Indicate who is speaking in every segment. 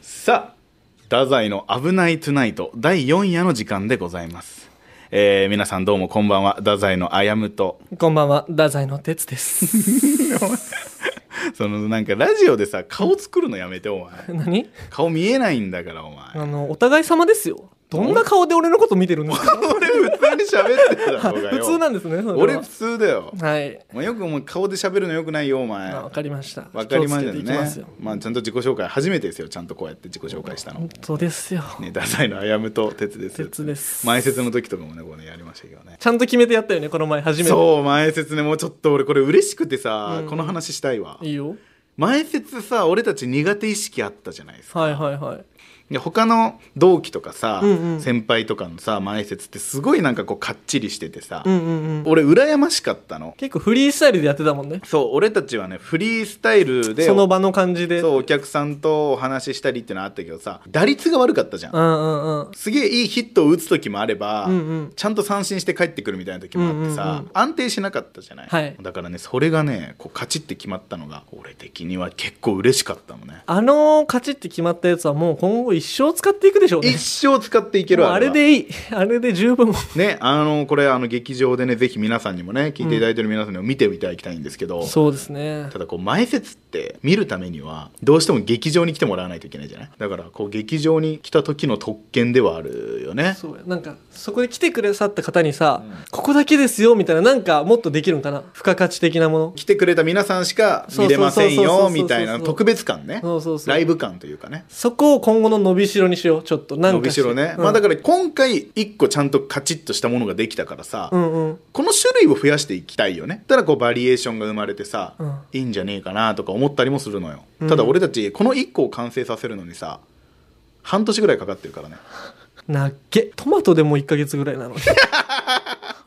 Speaker 1: さあ太宰の「危ないトゥナイト」第4夜の時間でございます、えー皆さんどうもこんばんは太宰のあやむと
Speaker 2: こんばんは、太宰の哲です。
Speaker 1: そのなんかラジオでさ顔作るのやめてお前
Speaker 2: 何
Speaker 1: 顔見えないんだからお前
Speaker 2: あの、お互い様ですよ。どんな顔で俺のこと見てるんですか
Speaker 1: 俺普通に喋ってるだろうがよ
Speaker 2: 普通なんですね、それ
Speaker 1: 俺
Speaker 2: は
Speaker 1: 普。通だよ
Speaker 2: はい。
Speaker 1: お前よくお前顔で喋るのよくないよお前
Speaker 2: あわかりました。
Speaker 1: わかりました
Speaker 2: 気をつけていきます
Speaker 1: ね
Speaker 2: よ。
Speaker 1: まあちゃんと自己紹介初めてですよちゃんとこうやって自己紹介したの
Speaker 2: 本当ですよ。
Speaker 1: ね太宰のあやむと鉄です
Speaker 2: 哲です
Speaker 1: 前説の時とかもねこうねやりましたけどね
Speaker 2: ちゃんと決めてやったよね、この前、初めて。
Speaker 1: そう前説ねもうちょっと俺これ嬉しくてさ、
Speaker 2: うん
Speaker 1: この話したいわ
Speaker 2: いいよ。
Speaker 1: 前説さ俺たち苦手意識あったじゃないですか
Speaker 2: はいはいはい。
Speaker 1: で他の同期とかさ、
Speaker 2: うんうん
Speaker 1: 先輩とかのさ前説ってすごいなんかこうかっちりしててさ、
Speaker 2: うんうんうん。
Speaker 1: 俺羨ましかったの
Speaker 2: 結構フリースタイルでやってたもんね。
Speaker 1: そう俺たちはねフリースタイルで
Speaker 2: その場の感じで。
Speaker 1: そうお客さんとお話ししたりってのはあったけどさ打率が悪かったじゃん、
Speaker 2: うんうんうん。
Speaker 1: すげえいいヒットを打つ時もあれば、
Speaker 2: うんうん
Speaker 1: ちゃんと三振して帰ってくるみたいな時もあってさ、
Speaker 2: うんうんうん
Speaker 1: 安定しなかったじゃない、
Speaker 2: はい
Speaker 1: だからねそれがねこうカチッて決まったのが俺的には結構嬉しかったのね
Speaker 2: あの、勝ちって決まったやつはもう今後一生使っていくでしょうね。
Speaker 1: 一生使っていける
Speaker 2: もうあれ
Speaker 1: は
Speaker 2: でいい。あれで十分。
Speaker 1: ねあのこれあの劇場でねぜひ皆さんにもね聞いていただいてる皆さんにも見ていただきたいんですけど、
Speaker 2: そうですね。
Speaker 1: ただこう前説って見るためにはどうしても劇場に来てもらわないといけないじゃないだからこう劇場に来た時の特権ではあるよね
Speaker 2: そうやなんかそこで来てくださった方にさ、ここだけですよみたいななんかもっとできるんかな付加価値的なもの
Speaker 1: 来てくれた皆さんしか見れません
Speaker 2: そうそうそうそうそう
Speaker 1: よ
Speaker 2: そう
Speaker 1: みたいな特別感ね
Speaker 2: そうそうそう
Speaker 1: ライブ感というかね
Speaker 2: そこを今後の伸びしろにしようちょっとなんか
Speaker 1: 伸びしろね、
Speaker 2: うん
Speaker 1: まあだから今回一個ちゃんとカチッとしたものができたからさ、
Speaker 2: うんうん
Speaker 1: この種類を増やしていきたいよねただこうバリエーションが生まれてさ、
Speaker 2: うん
Speaker 1: いいんじゃねえかなとか思ったりもするのよ、
Speaker 2: うん
Speaker 1: ただ俺たちこの一個を完成させるのにさ半年ぐらいかかってるからね
Speaker 2: なっげトマトでも1か月ぐらいなの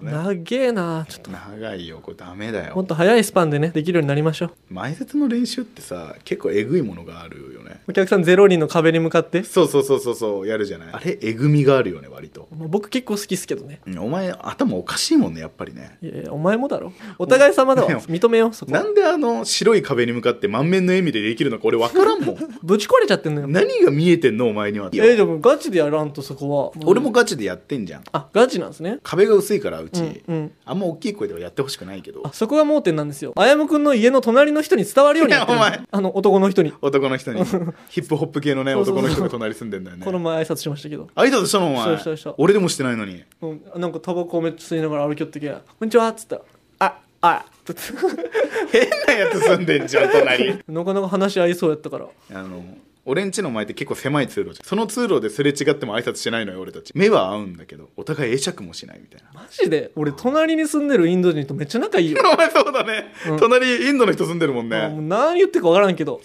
Speaker 2: になっげえなちょっと
Speaker 1: 長いよこれダメだ
Speaker 2: も
Speaker 1: よ
Speaker 2: っと早いスパンでねできるようになりましょう
Speaker 1: 前説の練習ってさ結構えぐいものがあるよね
Speaker 2: お客さん0人の壁に向かって
Speaker 1: そうそうそうそうそうやるじゃないあれえぐみがあるよね割と
Speaker 2: まあ僕結構好きっすけどね
Speaker 1: うんお前頭おかしいもんねやっぱりね
Speaker 2: いやいやお前もだろお互い様だわ
Speaker 1: お前も
Speaker 2: 認めようそこ
Speaker 1: なんであの白い壁に向かって満面の笑みでできるのか俺分からんもん
Speaker 2: ぶち壊れちゃってんのよ
Speaker 1: 何が見えてんのお前には
Speaker 2: えー、でもガチでやらんとそこは
Speaker 1: 俺もガチでやってんじゃん
Speaker 2: あガチなんですね
Speaker 1: 壁が薄いからうち、
Speaker 2: うんうん
Speaker 1: あんま大きい声ではやってほしくないけど
Speaker 2: あそこが盲点なんですよあやむくんの家の隣の人に伝わるように なってる
Speaker 1: いやお前
Speaker 2: あの男の人に、
Speaker 1: 男の 人にヒップホップ系のね
Speaker 2: そうそうそう
Speaker 1: 男の人が隣住んでんだよね
Speaker 2: この前挨拶しましたけど、
Speaker 1: 挨拶したのお前
Speaker 2: したしたした
Speaker 1: 俺でもしてないのに
Speaker 2: うん、なんかタバコをめっちゃ吸いながら歩きよってけ「こんにちは」っつったら「ああっ」つって
Speaker 1: 変なやつ住んでんじゃん隣
Speaker 2: なかなか話合いそうやったから
Speaker 1: あの俺ん家の前って結構狭い通路じゃんその通路ですれ違っても挨拶しないのよ俺たち目は合うんだけどお互い会釈もしないみたいな
Speaker 2: マジで俺隣に住んでるインド人とめっちゃ仲いいよ
Speaker 1: お前そうだね、隣インドの人住んでるもん
Speaker 2: あも
Speaker 1: ね
Speaker 2: う何言ってるか分からんけ ど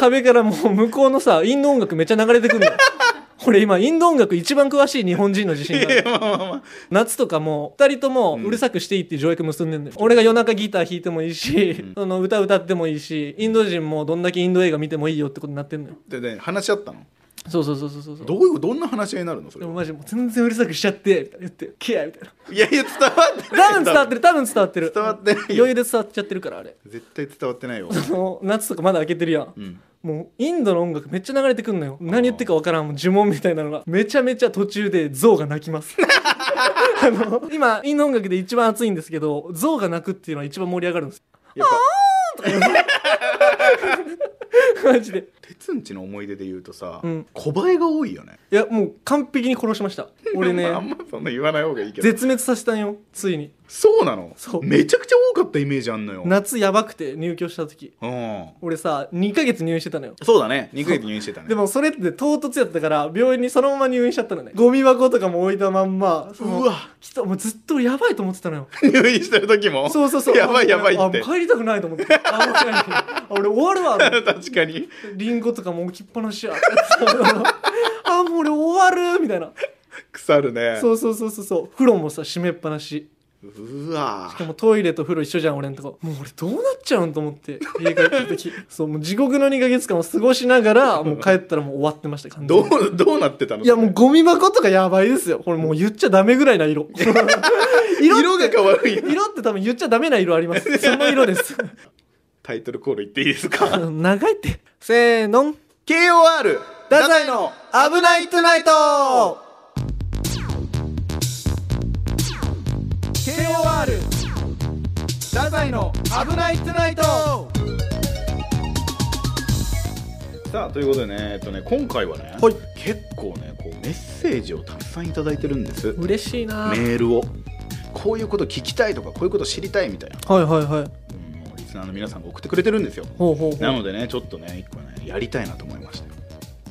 Speaker 2: 壁からもう向こうのさインド音楽めっちゃ流れてくんだよ俺今インド音楽一番詳しい日本人の自信がある
Speaker 1: まあまあまあ
Speaker 2: 夏とかも2人ともうるさくしていいっていう条約結んでんのよ、俺が夜中ギター弾いてもいいし、その歌歌ってもいいしインド人もどんだけインド映画見てもいいよってことになってんのよ
Speaker 1: でね話し合ったの
Speaker 2: そうそうそうそうそうそう
Speaker 1: どういうどんな話し合いになるのそ
Speaker 2: で
Speaker 1: れ
Speaker 2: もマジもう全然うるさくしちゃってみたいな言って「ケア」みたいない
Speaker 1: やいや伝わってない
Speaker 2: 多分伝わってる多分伝わってる
Speaker 1: 伝わってない
Speaker 2: 余
Speaker 1: よ
Speaker 2: 裕で伝わっちゃってるからあれ
Speaker 1: 絶対伝わって ないよ、
Speaker 2: その夏とかまだ開けてるやん、
Speaker 1: うん、
Speaker 2: もうインドの音楽めっちゃ流れてくんのよ何言ってるか分からんもう呪文みたいなのがめちゃめちゃ途中で象が鳴きます あの今インド音楽で一番熱いんですけど象が鳴くっていうのは一番盛り上がるんです
Speaker 1: やっぱ
Speaker 2: マジで
Speaker 1: 鉄んちの思い出で言うとさ、
Speaker 2: うん
Speaker 1: 小映えが多いよね
Speaker 2: いやもう完璧に殺しました俺ね
Speaker 1: まああんまそんな言わない方がいいけど
Speaker 2: 絶滅させたんよついに
Speaker 1: そうなの
Speaker 2: そう
Speaker 1: めちゃくちゃ多かったイメージあんのよ、
Speaker 2: 夏やばくて入居した時
Speaker 1: うん、
Speaker 2: 俺さ2ヶ月入院してたのよ
Speaker 1: そうだね2ヶ月入院してたね
Speaker 2: でもそれって唐突やったから病院にそのまま入院しちゃったのねゴミ箱とかも置いたまんまそうの
Speaker 1: わ
Speaker 2: きっともうずっとやばいと思ってたのよ
Speaker 1: 入院してる時も
Speaker 2: そうそうそう
Speaker 1: やばいやばい
Speaker 2: あも
Speaker 1: っ
Speaker 2: う
Speaker 1: て
Speaker 2: 帰りたくないと 思ってあもう帰るあ俺終わるわと思って
Speaker 1: 確かに
Speaker 2: リンゴとかも置きっぱなしや あもう俺終わるみたいな
Speaker 1: 腐るね
Speaker 2: そうそうそうそうそう風呂もさ閉めっぱなし
Speaker 1: うわ
Speaker 2: しかもトイレと風呂一緒じゃん俺んとこもう俺どうなっちゃうんと思って家帰った時そうもう地獄の2ヶ月間を過ごしながら もう帰ったらもう終わってました完全
Speaker 1: ど
Speaker 2: に
Speaker 1: うどうなってたの
Speaker 2: いやもうゴミ箱とかやばいですよこれもう言っちゃダメぐらい な色色
Speaker 1: 色が
Speaker 2: って
Speaker 1: 変わるよ
Speaker 2: 色って多分言っちゃダメな色あ りますその色です
Speaker 1: タイトルコール言っていいですか
Speaker 2: 長いってせーの
Speaker 1: KOR 太宰の危ないトゥナイト KOR 太宰の危ないトゥナイトさあということでね、えっとね、今回はね、
Speaker 2: はい
Speaker 1: 結構ねこうメッセージをたくさんいただいてるんですメ
Speaker 2: 嬉しいな
Speaker 1: ールをこういうこと聞きたいとかこういうこと知りたいみたいな、
Speaker 2: はいはいはい
Speaker 1: うん、リスナーの皆さんが送ってくれてるんですよ
Speaker 2: ほうほうほ
Speaker 1: な
Speaker 2: う
Speaker 1: のでねちょっとね一個ねやりたいなと思いました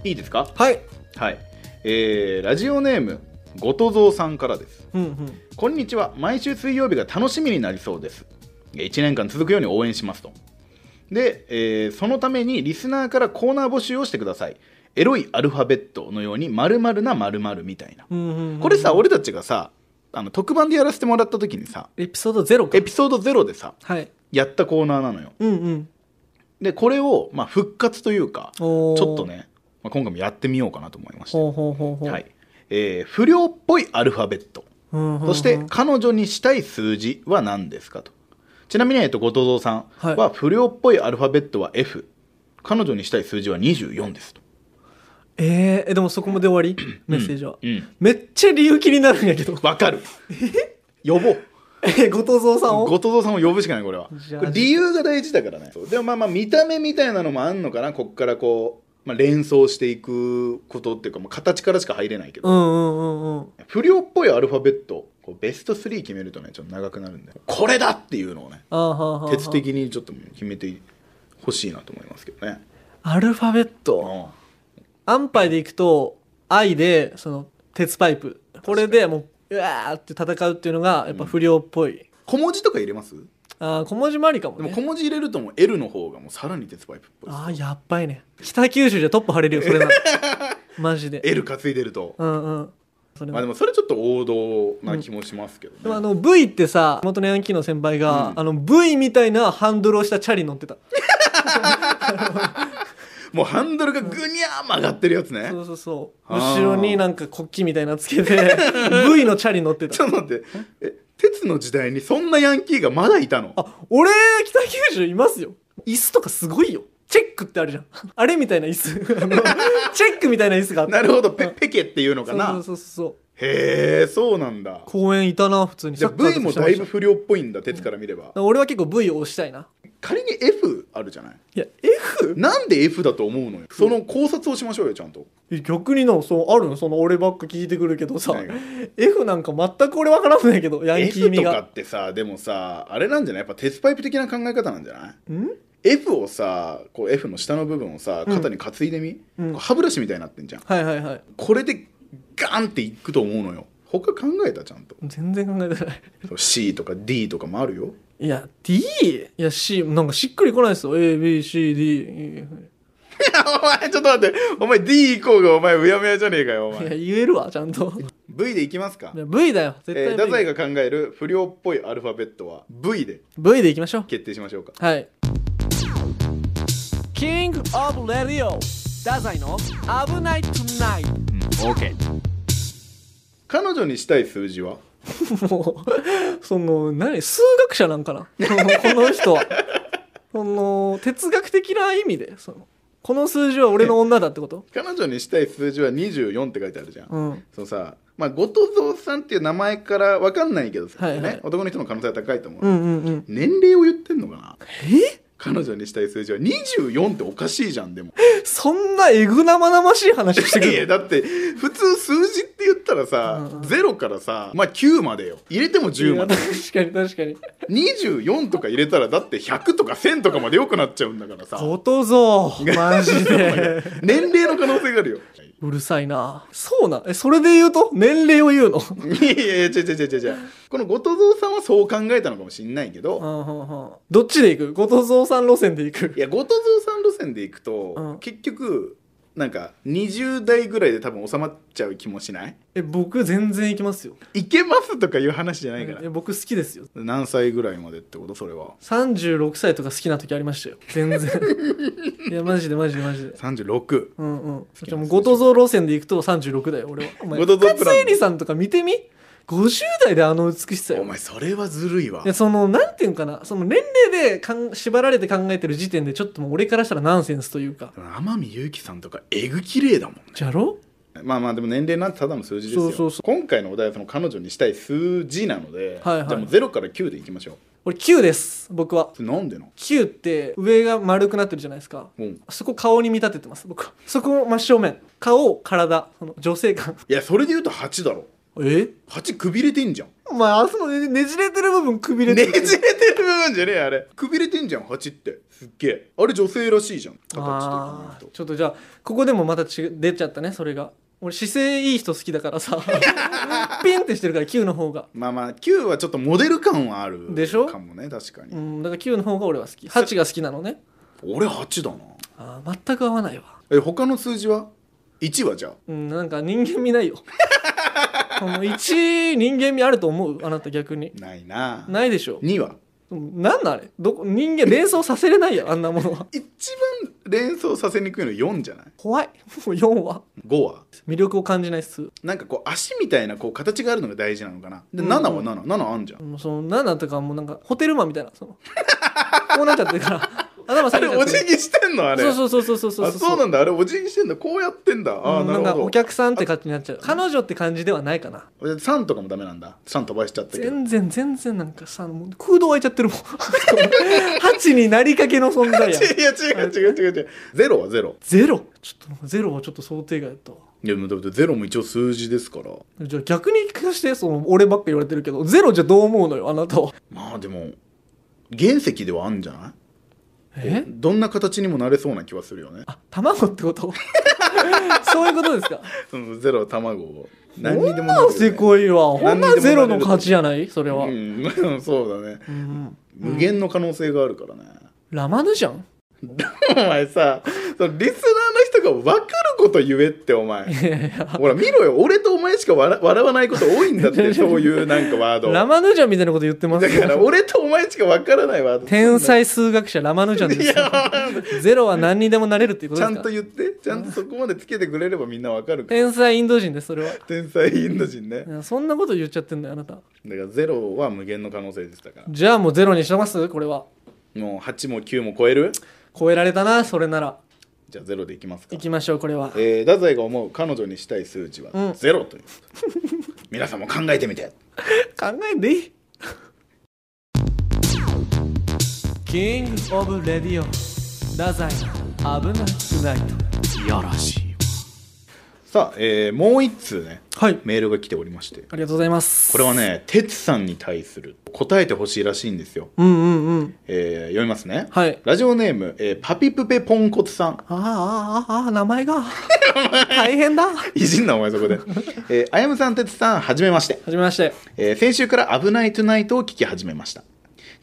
Speaker 1: いいですか
Speaker 2: はい
Speaker 1: はい、えーラジオネームごとぞうさんからです
Speaker 2: うんうん
Speaker 1: こんにちは毎週水曜日が楽しみになりそうです1年間続くように応援しますとで、えーそのためにリスナーからコーナー募集をしてくださいエロいアルファベットのように〇〇な〇〇みたいな
Speaker 2: うんうんうん
Speaker 1: これさ俺たちがさあの特番でやらせてもらった時にさ
Speaker 2: エピソードゼロか
Speaker 1: エピソード0でさ
Speaker 2: はい
Speaker 1: やったコーナーなのよ
Speaker 2: うんうん
Speaker 1: でこれを、まあ、復活というかち
Speaker 2: お
Speaker 1: ょ
Speaker 2: ー
Speaker 1: っとね、まあ、今回もやってみようかなと思いまして
Speaker 2: ほうほうほうほう
Speaker 1: はいえー不良っぽいアルファベット、
Speaker 2: うんうんうん
Speaker 1: そして彼女にしたい数字は何ですかとちなみに、えっと、後藤さん
Speaker 2: はい
Speaker 1: は不良っぽいアルファベットは F、彼女にしたい数字は24ですと、
Speaker 2: えーえでもそこまで終わりメッセージは
Speaker 1: うん、
Speaker 2: めっちゃ理由気になるん やけど
Speaker 1: わかる呼ぼう
Speaker 2: え後藤蔵さんを
Speaker 1: 後藤さんを呼ぶしかないこれは
Speaker 2: じゃあ
Speaker 1: これ理由が大事だからねそうでもまあまあ見た目みたいなのもあんのかなこっからこう、まあ、連想していくことっていうか、まあ、形からしか入れないけど、
Speaker 2: うんうんうんうん
Speaker 1: 不良っぽいアルファベットこうベスト3決めるとねちょっと長くなるんでこれだっていうのをね
Speaker 2: あーはーはーはー
Speaker 1: 鉄的にちょっと決めてほしいなと思いますけどね。
Speaker 2: アルファベット安牌でいくと愛でその鉄パイプこれでもううわーって戦うっていうのがやっぱ不良っぽい、
Speaker 1: 小文字とか入れます
Speaker 2: あー小文字もありかも
Speaker 1: でも
Speaker 2: ね
Speaker 1: 小文字入れるともう L の方がもうさらに鉄パイプっぽいです。
Speaker 2: ああやっばいね北九州じゃトップ張れるよそ れならマジで
Speaker 1: L 担いでると。
Speaker 2: うんうんそれ
Speaker 1: まあ
Speaker 2: も
Speaker 1: でもそれちょっと王道な気もしますけど
Speaker 2: でもあ
Speaker 1: ね。
Speaker 2: の V ってさ元のヤンキーの先輩が、
Speaker 1: うん
Speaker 2: あの V みたいなハンドルをしたチャリ乗ってた
Speaker 1: もうハンドルがぐにゃー曲がってるやつね
Speaker 2: そ。うそうそう
Speaker 1: あー
Speaker 2: 後ろになんか国旗みたいなのつけ て V のチャリ乗って
Speaker 1: ち
Speaker 2: た
Speaker 1: ょっと待って。え、鉄の時代にそんなヤンキーがまだいたの
Speaker 2: あ俺北九州いますよ椅子とかすごいよチェックってあるじゃんあれみたいな椅子あ のチェックみたいな椅子があった
Speaker 1: なるほど、ペペケっていうのか
Speaker 2: そ
Speaker 1: な
Speaker 2: う。そうそうそう
Speaker 1: へえ、そうなんだ。
Speaker 2: 公園いたな普通に
Speaker 1: じゃあ
Speaker 2: サッカー
Speaker 1: V
Speaker 2: とか
Speaker 1: も
Speaker 2: してま
Speaker 1: だ
Speaker 2: し
Speaker 1: い
Speaker 2: た
Speaker 1: ぶ不良っぽいんだ、鉄から見れば。
Speaker 2: 俺は結構 V を押したいな
Speaker 1: 仮に F あるじゃない。
Speaker 2: いや F?
Speaker 1: なんで F だと思うのよその考察をしましょうよちゃんと
Speaker 2: え逆にのそうあるのその俺ばっか聞いてくるけどさ
Speaker 1: 何が
Speaker 2: F なんか全く俺わからんないけどヤンキー
Speaker 1: F
Speaker 2: 味
Speaker 1: とか
Speaker 2: が
Speaker 1: ってさでもさあれなんじゃないやっぱ鉄パイプ的な考え方なんじゃない
Speaker 2: ん
Speaker 1: F をさこう F の下の部分をさ
Speaker 2: うん
Speaker 1: 肩に担いでみ、
Speaker 2: うん
Speaker 1: こう歯ブラシみたいになってんじゃん
Speaker 2: はいはいはい
Speaker 1: これでガンっていくと思うのよ他考えたちゃんと
Speaker 2: 全然考えてない
Speaker 1: そう C とか D とかもあるよ
Speaker 2: いや D いや C なんかしっくりこないですよ ABCD
Speaker 1: いやお前ちょっと待ってお前 D 以降がお前うやむやじゃねえかよお
Speaker 2: いや
Speaker 1: 前
Speaker 2: 言えるわちゃんと
Speaker 1: V でいきますか
Speaker 2: いや V だよ絶
Speaker 1: えー太
Speaker 2: 対 V,、
Speaker 1: 宰が考える不良っぽいアルファベットは V で
Speaker 2: v でいきましょう
Speaker 1: 決定しましょうか
Speaker 2: はいキングオブレディオダザイの危ないトゥナイ
Speaker 1: うん、OK 彼女にしたい数字は
Speaker 2: もう、その、何、数学者なんかなそのこの人 は。その、哲学的な意味で、その、この数字は俺の女だってこと
Speaker 1: 彼女にしたい数字は24って書いてあるじゃん、
Speaker 2: うん。
Speaker 1: そのさまあ後藤蔵さんっていう名前から分かんないけどさ、
Speaker 2: はいはい
Speaker 1: ね、男の人の可能性は高いと思う、
Speaker 2: うんうんうん。
Speaker 1: 年齢を言ってんのかな
Speaker 2: え
Speaker 1: 彼女にしたい数字は24っておかしいじゃん でも
Speaker 2: そんなえぐ生々しい話してく
Speaker 1: いや
Speaker 2: る
Speaker 1: だって普通数字って言ったらさ、
Speaker 2: うんうん
Speaker 1: 0からさまあ9までよ入れても10
Speaker 2: い
Speaker 1: ま
Speaker 2: や
Speaker 1: で
Speaker 2: 確かに確かに。
Speaker 1: 24とか入れたらだって100とか1000とかまで良くなっちゃうんだからさ
Speaker 2: ことぞ、マジ で。
Speaker 1: 年齢の可能性がある よ
Speaker 2: うるさいな。そうな。え、それで言うと年齢を言うの
Speaker 1: いやいやいや違う違う違う違うこの後藤蔵さんはそう考えたのかもしんないけ
Speaker 2: う
Speaker 1: ど
Speaker 2: んうんうん。どっちで行く後藤蔵さん路線で行く
Speaker 1: いや後藤蔵さん路線でいくと、
Speaker 2: うん
Speaker 1: 結局なんか20代ぐらいで多分収まっちゃう気もしない
Speaker 2: え、僕全然行きますよ。
Speaker 1: いけますとかいう話じゃないから、
Speaker 2: え僕好きですよ。
Speaker 1: 何歳ぐらいまでってことそれは
Speaker 2: 36歳とか好きな時ありましたよ全然 いやマジでマジでマジで
Speaker 1: 36
Speaker 2: うんうん
Speaker 1: き
Speaker 2: じゃ
Speaker 1: な
Speaker 2: あも
Speaker 1: んですね
Speaker 2: う後藤蔵路線で行くと36だよ俺はお前
Speaker 1: 後藤蔵プラン
Speaker 2: 深津絵里さんとか見てみ50代であの美しさ
Speaker 1: お
Speaker 2: よ
Speaker 1: 前それはずるいわ
Speaker 2: いやそのなんていうんかなその年齢でかん縛られて考えてる時点でちょっともう俺からしたらナンセンスというか
Speaker 1: 天海祐希さんとかえぐ綺麗だもん
Speaker 2: じゃろ
Speaker 1: まあまあでも年齢なんてただの数字ですよ
Speaker 2: そうそうそ
Speaker 1: 今回のお題はその彼女にしたい数字なので、
Speaker 2: はいはい
Speaker 1: じゃあもう0から9でいきましょう
Speaker 2: 俺9です僕は
Speaker 1: それなんでの
Speaker 2: 9って上が丸くなってるじゃないですか
Speaker 1: うん
Speaker 2: そこ顔に見立ててます僕はそこを真正面顔体その女性感
Speaker 1: いやそれで言うと8だろ
Speaker 2: え
Speaker 1: 8くびれてんじゃん
Speaker 2: お前あそのねねじれてる部分くびれ
Speaker 1: ね
Speaker 2: て
Speaker 1: じ
Speaker 2: る
Speaker 1: れてる部分じゃねえあれくびれてんじゃん8ってすっげえあれ女性らしいじゃん形とか
Speaker 2: あ
Speaker 1: 見
Speaker 2: ー
Speaker 1: ると
Speaker 2: ちょっとじゃあここでもまたち出ちゃったねそれが俺姿勢いい人好きだから さピンってしてるから9の方が
Speaker 1: まあまあ9はちょっとモデル感はある
Speaker 2: でしょ
Speaker 1: かもね確かに、
Speaker 2: うんだから9の方が俺は好き8が好きなのね
Speaker 1: 俺8だな
Speaker 2: あー全く合わないわ
Speaker 1: え他の数字は1はじゃあ
Speaker 2: うんなんか人間味ない よこの1人間味あると思うあなた逆に
Speaker 1: ないな
Speaker 2: ないでしょ
Speaker 1: 2は
Speaker 2: うんなんだあれどこ人間連想させれないよあんなものは
Speaker 1: 一番連想させにくいの4じゃない
Speaker 2: 怖いもう4は
Speaker 1: 5は
Speaker 2: 魅力を感じないっす
Speaker 1: なんかこう足みたいなこう形があるのが大事なのかなで
Speaker 2: うん
Speaker 1: 7は77あんじゃん
Speaker 2: もうその7とかもうなんかホテルマンみたいなそのこうなっちゃってる から頭
Speaker 1: あ
Speaker 2: 下
Speaker 1: れ
Speaker 2: げちゃ
Speaker 1: お
Speaker 2: って
Speaker 1: 辞儀してんのあれ
Speaker 2: そうそうそうそうそう
Speaker 1: あそうなんだあれお辞儀してんだこうやってんだあ
Speaker 2: う
Speaker 1: あ
Speaker 2: ん
Speaker 1: なる
Speaker 2: んか
Speaker 1: ほ
Speaker 2: お
Speaker 1: ど
Speaker 2: 客さんって感じになっちゃう彼女って感じではないかな
Speaker 1: 3とかもダメなんだ3飛ばしちゃったけど
Speaker 2: 全然全然なんかさもう空洞開いちゃってるもん 8になりかけの存在
Speaker 1: い
Speaker 2: や
Speaker 1: や違う違う違う違うゼロはゼロ
Speaker 2: ゼロちょっとなんかゼロはちょっと想定外だったわ
Speaker 1: いやでもだってゼロも一応数字ですから
Speaker 2: じゃあ逆に聞かしてその俺ばっか言われてるけどゼロじゃどう思うのよあなたは
Speaker 1: まあでも原石ではあんじゃない
Speaker 2: え
Speaker 1: どんな形にもなれそうな気はするよね
Speaker 2: あ卵ってこと そういうことですか
Speaker 1: そのゼロ卵何に
Speaker 2: 女
Speaker 1: でも
Speaker 2: のせこいわほ
Speaker 1: 何
Speaker 2: ん
Speaker 1: にでもなれ
Speaker 2: な
Speaker 1: る
Speaker 2: ゼロの勝ちじゃないそれは、
Speaker 1: うん そうだね
Speaker 2: うん
Speaker 1: 無限の可能性があるからね、
Speaker 2: ラマヌじゃん
Speaker 1: お前さそのリスナーの人が分かること言えってお前
Speaker 2: いやいや
Speaker 1: ほら見ろよ俺とお前しか笑笑わないこと多いんだって そういうなんかワード
Speaker 2: ラマヌジャンみたいなこと言ってます
Speaker 1: だから俺とお前しか分からないワード
Speaker 2: 天才数学者ラマヌジャンですよゼロは何にでもなれるっていうこ
Speaker 1: ち
Speaker 2: と
Speaker 1: ゃ
Speaker 2: です
Speaker 1: んと
Speaker 2: か
Speaker 1: 言ってちゃんとそこまでつけてくれればみんな分かるから
Speaker 2: 天才インド人ですそれは
Speaker 1: 天才インド人ね
Speaker 2: いやそんなこと言っちゃってんだよあなた
Speaker 1: だからゼロは無限の可能性でしたから
Speaker 2: じゃあもうゼロにしてますこれは
Speaker 1: もう8も9も超える
Speaker 2: 超えられたなそれなら
Speaker 1: じゃあゼロでいきますか
Speaker 2: いきましょうこれは
Speaker 1: えー、太宰が思う彼女にしたい数値
Speaker 2: う
Speaker 1: は
Speaker 2: ん
Speaker 1: ゼロという、 皆さんも考えてみて
Speaker 2: 考えんでいいキングオブレディオ太宰危なくないと
Speaker 1: いやらしいさあ、えーもう1通ね
Speaker 2: はい
Speaker 1: メールが来ておりまして
Speaker 2: ありがとうございます
Speaker 1: これはね哲さんに対する答えてほしいらしいんですよ、
Speaker 2: うんうんうん
Speaker 1: えー読みますね、
Speaker 2: はい
Speaker 1: ラジオネーム、えーパピプペポンコツさん
Speaker 2: ああああああ名前が大変だはい
Speaker 1: じんなお前そこで、えーあやむさん哲さんはじめまして
Speaker 2: じめまして
Speaker 1: えー先週から「危ないトゥナイト」を聞き始めました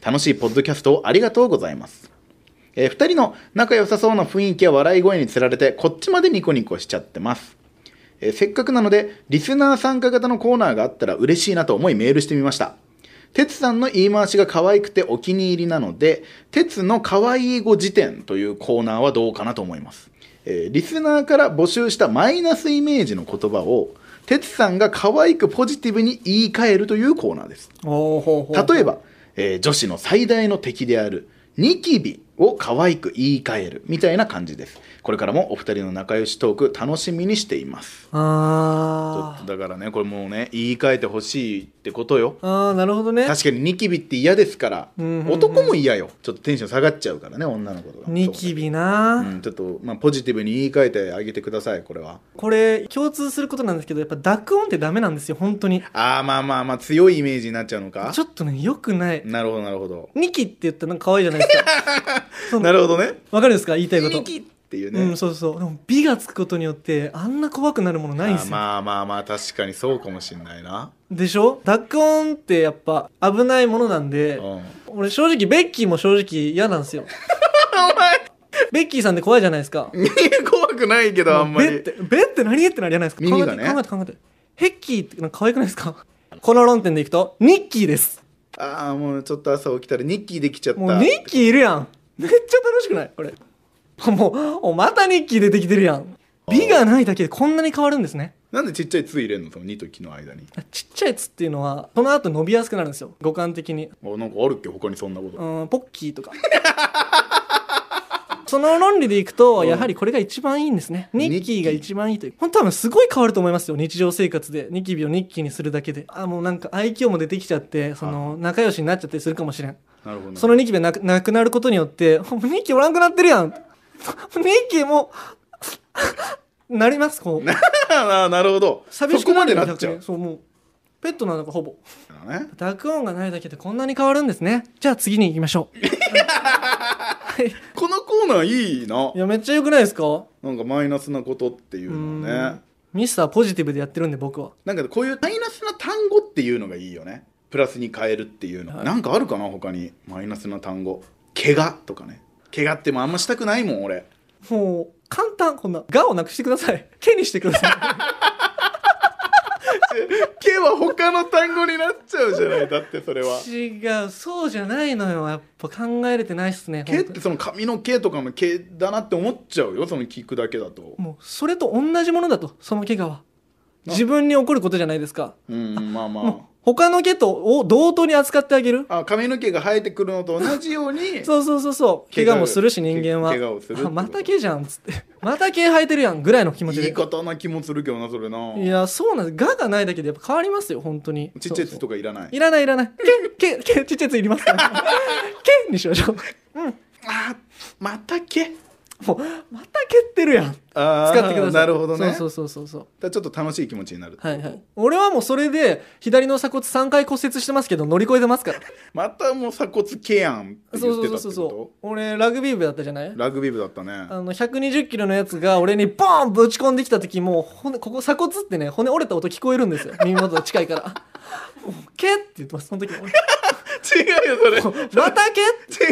Speaker 1: 楽しいポッドキャストをありがとうございます、え2人の仲良さそうな雰囲気や笑い声につられてこっちまでニコニコしちゃってます、えーせっかくなのでリスナー参加型のコーナーがあったら嬉しいなと思いメールしてみましたてつさんの言い回しが可愛くてお気に入りなので「てつの可愛い語辞典」というコーナーはどうかなと思います、えーリスナーから募集したマイナスイメージの言葉をてつさんが可愛くポジティブに言い換えるというコーナーです
Speaker 2: おおほうほう
Speaker 1: 例えば、えー女子の最大の敵であるニキビを可愛く言い換えるみたいな感じですこれからもお二人の仲良しトーク楽しみにしています
Speaker 2: あー
Speaker 1: だからねこれもうね言い換えてほしいってことよ
Speaker 2: あーなるほどね
Speaker 1: 確かにニキビって嫌ですから、
Speaker 2: うんうんうん
Speaker 1: 男も嫌よちょっとテンション下がっちゃうからね女の子とか
Speaker 2: ニキ
Speaker 1: ビ
Speaker 2: ビな、
Speaker 1: うん、ちょっと、まあ、ポジティブに言い換えてあげてくださいこれは
Speaker 2: これ共通することなんですけどやっぱ濁音ってダメなんですよ本当に
Speaker 1: ああまあまあまあ強いイメージになっちゃうのか
Speaker 2: ちょっとねよくない
Speaker 1: なるほどなるほど
Speaker 2: ニキって言ったらなんか可愛いじゃないですか そう
Speaker 1: なるほどね
Speaker 2: わかるんですか言いたいこと
Speaker 1: ニキっていうね、
Speaker 2: うんそうそうでも美がつくことによってあんな怖くなるものないんです
Speaker 1: あー
Speaker 2: よ、
Speaker 1: まあまあまあ確かにそうかもしんないな、
Speaker 2: でしょ濁音ってやっぱ危ないものなん
Speaker 1: う
Speaker 2: で、
Speaker 1: ん、
Speaker 2: 俺正直ベッキーも正直嫌なんですよベッキーさんって怖いじゃないですか
Speaker 1: 怖くないけどあんま
Speaker 2: ベっ
Speaker 1: り
Speaker 2: てベって何ってなるじゃないですか
Speaker 1: 耳がね
Speaker 2: 考えて考えて考えてヘッキーってなんか可愛くないですかこの論点でいくとニッキーです
Speaker 1: ああもうちょっと朝起きたらニッキーできちゃった
Speaker 2: もうニッキーいるやんめっちゃ楽しくないこれもうおまたニッキー出てきてるやん美がないだけでこんなに変わるんですね
Speaker 1: なんでちっちゃい「つ」入れるのその2と1の間に
Speaker 2: ちっちゃい「つ」っていうのはその後伸びやすくなるんですよ五感的に
Speaker 1: あなんかあるっけ他にそんなこと、
Speaker 2: うんポッキーとか その論理でいくと、
Speaker 1: うん
Speaker 2: やはりこれが一番いいんですねニッキ
Speaker 1: ニッキ
Speaker 2: ー
Speaker 1: ー
Speaker 2: が一番いいという本当多分すごい変わると思いますよ日常生活でニキビをニッキーにするだけであもうなんか愛嬌も出てきちゃってその仲良しになっちゃったりするかもしれん
Speaker 1: なるほどね
Speaker 2: そのニキビがなくなくなることによってもうニッキーおらんくなってるやんニッキーも なりますこ う
Speaker 1: あーなるほど
Speaker 2: 寂し
Speaker 1: そ
Speaker 2: く
Speaker 1: こ
Speaker 2: な
Speaker 1: ま
Speaker 2: る
Speaker 1: で
Speaker 2: よ
Speaker 1: なっちゃ
Speaker 2: 逆
Speaker 1: う
Speaker 2: にそうもうペットなのかほぼ
Speaker 1: ね
Speaker 2: 濁音がないだけでこんなに変わるんですねじゃあ次に行きましょうはい
Speaker 1: このコーナーいいない
Speaker 2: やめっちゃ良くないですか
Speaker 1: なんかマイナスなことっていうの
Speaker 2: う
Speaker 1: は
Speaker 2: ん
Speaker 1: ね
Speaker 2: ミスターポジティブでやってるんで僕は
Speaker 1: なんかこういうマイナスな単語っていうのがいいよねプラスに変えるっていうの、
Speaker 2: はい
Speaker 1: なんかあるかな他にマイナスな単語怪我とかね怪我ってもうあんましたくないもん俺
Speaker 2: もう簡単こんな「が」をなくしてください「け」にしてくださ
Speaker 1: 毛は他の単語になっちゃうじゃないだってそれ はい
Speaker 2: 違うそうじゃないのよやっぱ考えれてないっすね
Speaker 1: 毛っ
Speaker 2: 本当
Speaker 1: て
Speaker 2: に
Speaker 1: その髪の毛とかの毛だなって思っちゃうよその聞くだけだと
Speaker 2: もうそれと同じものだとその怪我は
Speaker 1: な
Speaker 2: 自分に起こることじゃないですか
Speaker 1: うんまあま
Speaker 2: もう他の毛とを同等に扱ってあげる
Speaker 1: ああ髪の毛が生えてくるのと同じように
Speaker 2: そうそうそうそう怪
Speaker 1: 怪
Speaker 2: 我
Speaker 1: 我
Speaker 2: もするし人間は
Speaker 1: 怪我をするって
Speaker 2: あ
Speaker 1: こと
Speaker 2: また毛じゃんっつってまた毛生えてるやんぐらいの気持ち
Speaker 1: 言
Speaker 2: で
Speaker 1: い方な気もするけどなそれない
Speaker 2: やそうなんです「が」がないだけでやっぱ変わりますよ本当に
Speaker 1: ちっちゃいやつ
Speaker 2: そう
Speaker 1: とかいらない
Speaker 2: そういらないいらない「け」「け」「け」ちっちゃいやついりますから け」にしましょう
Speaker 1: あーまた毛
Speaker 2: もうまた蹴ってるやん
Speaker 1: あ
Speaker 2: 使ってください
Speaker 1: ーなるほどね
Speaker 2: そうそうそうそうそう
Speaker 1: だからちょっと楽しい気持ちになる、
Speaker 2: はいはい俺はもうそれで左の鎖骨3回骨折してますけど乗り越えてますから
Speaker 1: またもう鎖骨ケやんって言
Speaker 2: そう
Speaker 1: って
Speaker 2: そう
Speaker 1: た
Speaker 2: そ
Speaker 1: っ
Speaker 2: う
Speaker 1: て
Speaker 2: そう
Speaker 1: こ
Speaker 2: そう俺ラグビー部だったじゃない
Speaker 1: とラグビー部だったね
Speaker 2: あの120キロのやつが俺にボーンぶち込んできた時もう骨ここ鎖骨ってね骨折れた音聞こえるんですよ耳元が近いから 「もうけ」って言ってますその時 俺
Speaker 1: 違うよそれ
Speaker 2: 「またけ」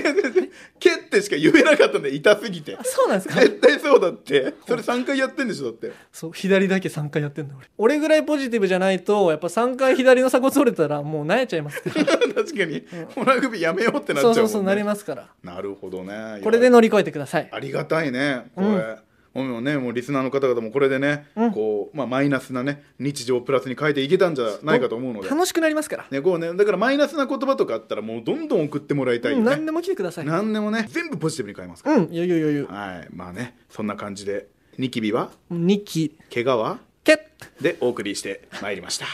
Speaker 1: 違う違う違う蹴ってしか言えなかったんで痛すぎて
Speaker 2: あそうなんですか
Speaker 1: 絶対そうだってそれ3回やってんでしょだって
Speaker 2: そう左だけ3回やってんだ俺俺ぐらいポジティブじゃないとやっぱ3回左の鎖骨折れたらもうなえちゃいますから
Speaker 1: 確かにもうラグビーやめようってなっちゃも
Speaker 2: そう
Speaker 1: ん、ね、
Speaker 2: うそうそうなりますから
Speaker 1: なるほどね
Speaker 2: これで乗り越えてください
Speaker 1: ありがたいねこれ、もうねもうリスナーの方々もこれでね、
Speaker 2: うん
Speaker 1: こうまあ、マイナスなね日常をプラスに変えていけたんじゃないかと思うので
Speaker 2: 楽しくなりますから、
Speaker 1: ね、こうね、だからマイナスな言葉とかあったら、もうどんどん送ってもらいたいよ
Speaker 2: うん
Speaker 1: ね。
Speaker 2: 何でも来てくださいうん
Speaker 1: 何でもね、全部ポジティブに変えますか
Speaker 2: 余裕余裕
Speaker 1: ら。はい、まあね、そんな感じで、ニキビは、
Speaker 2: ニッキ
Speaker 1: 怪我は、
Speaker 2: けっ
Speaker 1: でお送りしてまいりました。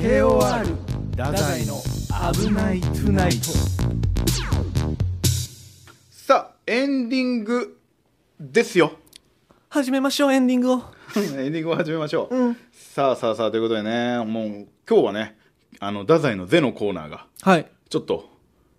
Speaker 2: KOR
Speaker 1: ダ
Speaker 2: ダイの危ないトゥナイト
Speaker 1: さあ、エンディングですよ。
Speaker 2: 始めましょうエンディングを
Speaker 1: エンディングを始めましょう。
Speaker 2: うん
Speaker 1: さあさあさあ、ということでね、もう今日はね、あの、太宰のゼのコーナーが、
Speaker 2: はい
Speaker 1: ちょっと、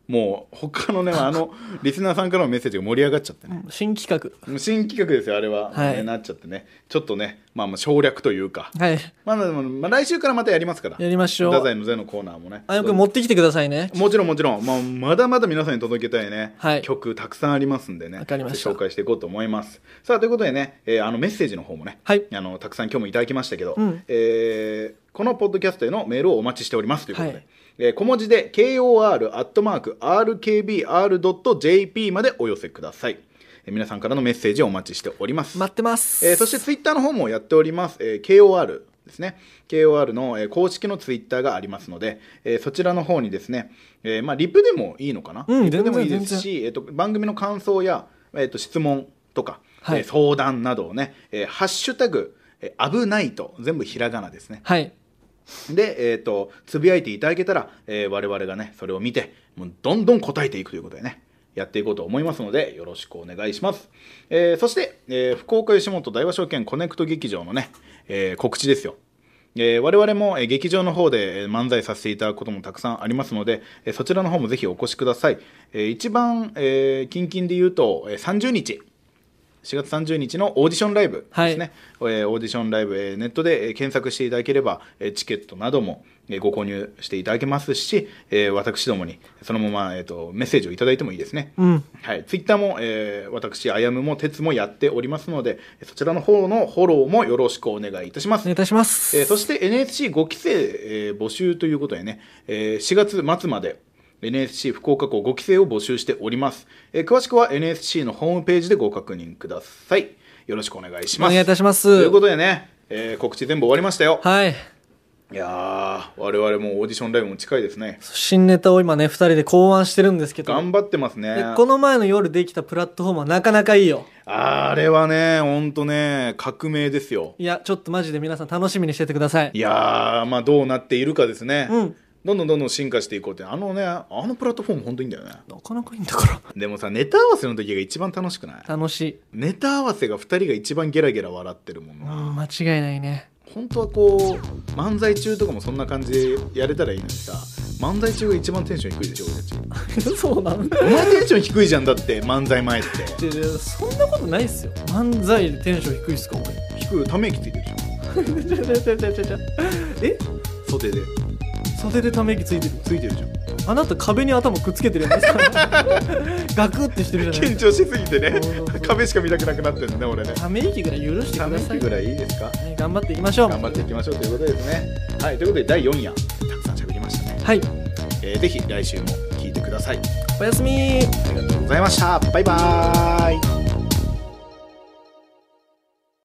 Speaker 1: もう他 のね、あの、リスナーさんからのメッセージが盛り上がっちゃってね。
Speaker 2: 新企画
Speaker 1: 新企画ですよあれは、
Speaker 2: はい
Speaker 1: ねなっちゃってねちょっとね、まあ、まあ省略というか、
Speaker 2: はい
Speaker 1: まあ、まあまあ来週からまたやりますから
Speaker 2: やりましょう
Speaker 1: 太宰の「ぜ」のコーナーもね
Speaker 2: あよく持ってきてくださいね
Speaker 1: もちろんもちろん、まあ、まだまだ皆さんに届けたいね、
Speaker 2: はい
Speaker 1: 曲たくさんありますんでね
Speaker 2: わかりました
Speaker 1: 紹介していこうと思いますさあということでね、えーあのメッセージの方もね、
Speaker 2: はい
Speaker 1: あのたくさん今日もいただきましたけど、
Speaker 2: うん
Speaker 1: えーこのポッドキャストへのメールをお待ちしておりますということで、
Speaker 2: はい
Speaker 1: えー小文字で kor.rkbr.jp までお寄せくださいえー皆さんからのメッセージをお待ちしております
Speaker 2: 待ってます
Speaker 1: えーそしてツイッターの方もやっております、えー KOR ですね KOR の、えー公式のツイッターがありますので、えーそちらの方にですね、えーまあ、リプでもいいのかな、
Speaker 2: うん
Speaker 1: リプでもいい
Speaker 2: 全
Speaker 1: で
Speaker 2: 然
Speaker 1: すし、えーと番組の感想や、えーと質問とか、
Speaker 2: はい
Speaker 1: えー相談などをね、えーハッシュタグえー危ないと全部ひらがなですね
Speaker 2: はい
Speaker 1: で、えー、とつぶやいていただけたら、えー我々がねそれを見てもうどんどん答えていくということでねやっていこうと思いますのでよろしくお願いします、えーそして、えー福岡吉本大和証券コネクト劇場のね、えー告知ですよえー我々も、えー劇場の方でえー漫才させていただくこともたくさんありますので、えーそちらの方もぜひお越しください、えー一番、えー、近々で言うと、えー30日4月30日のオーディションライブですね、えーオーディションライブ、えーネットでえー検索していただければ、えーチケットなどもえーご購入していただけますし、えー私どもにそのまま、えー、とメッセージをいただいてもいいですね、
Speaker 2: うん
Speaker 1: はい、ツイッターも、えー私あやむもてつもやっておりますのでそちらの方のフォローもよろしくお願いいたしま
Speaker 2: お
Speaker 1: す
Speaker 2: 願いいたします
Speaker 1: えーそして NSC5 期生、えー募集ということでね、えー4月末まで、 NSC 福岡校5期生を募集しております、えー詳しくは NSC のホームページでご確認くださいよろしくお願いし
Speaker 2: お
Speaker 1: ます
Speaker 2: 願いいたします
Speaker 1: ということでね、えー告知全部終わりましたよ
Speaker 2: はい
Speaker 1: いやー我々もオーディションライブも近いですね
Speaker 2: 新ネタを今ね2人で考案してるんですけど
Speaker 1: 頑張ってますね
Speaker 2: でこの前の夜できたプラットフォームはなかなかいいよ
Speaker 1: あれはねほんとね革命ですよ
Speaker 2: いやちょっとマジで皆さん楽しみにしててください
Speaker 1: いやーまあどうなっているかですね、
Speaker 2: うん
Speaker 1: どんどんどんどん進化していこうってあのねあのプラットフォームほんといいんだよね
Speaker 2: なかなかいいんだか
Speaker 1: でもさネタ合わせの時が一番楽しくない
Speaker 2: ら楽しい、
Speaker 1: ネタ合わせが2人が一番ゲラゲラ笑ってるもん
Speaker 2: う
Speaker 1: な、
Speaker 2: ん、間違いない ね
Speaker 1: 本当はこう漫才中とかもそんな感じでやれたらいいのにさ漫才中が一番テンション低いでしょ俺たち
Speaker 2: そうなんだ
Speaker 1: お前テンション低いじゃんだって漫才前って
Speaker 2: そんなことないっすよ漫才でテンション低いっすか俺
Speaker 1: 低いため息ついてるでし
Speaker 2: ちょちょちょちょちょちょえ
Speaker 1: ょ袖で
Speaker 2: 袖でため息ついてる
Speaker 1: ついてるじゃん
Speaker 2: あなた壁に頭くっつけてるやつ ガクってしてるじゃない
Speaker 1: 緊張しすぎてね
Speaker 2: そうそう
Speaker 1: 壁しか見たくなくなってるね俺ね
Speaker 2: ため息ぐらい許して
Speaker 1: た
Speaker 2: く
Speaker 1: め
Speaker 2: ださ
Speaker 1: 息
Speaker 2: い
Speaker 1: ぐらいいいですか
Speaker 2: はい頑張っていきましょう
Speaker 1: 頑張っていきましょうということですねはいということで第4夜たくさん喋りましたね、
Speaker 2: はい
Speaker 1: えー、ぜひ来週も聞いてください
Speaker 2: おやすみ
Speaker 1: ありがとうございましたバイバーイ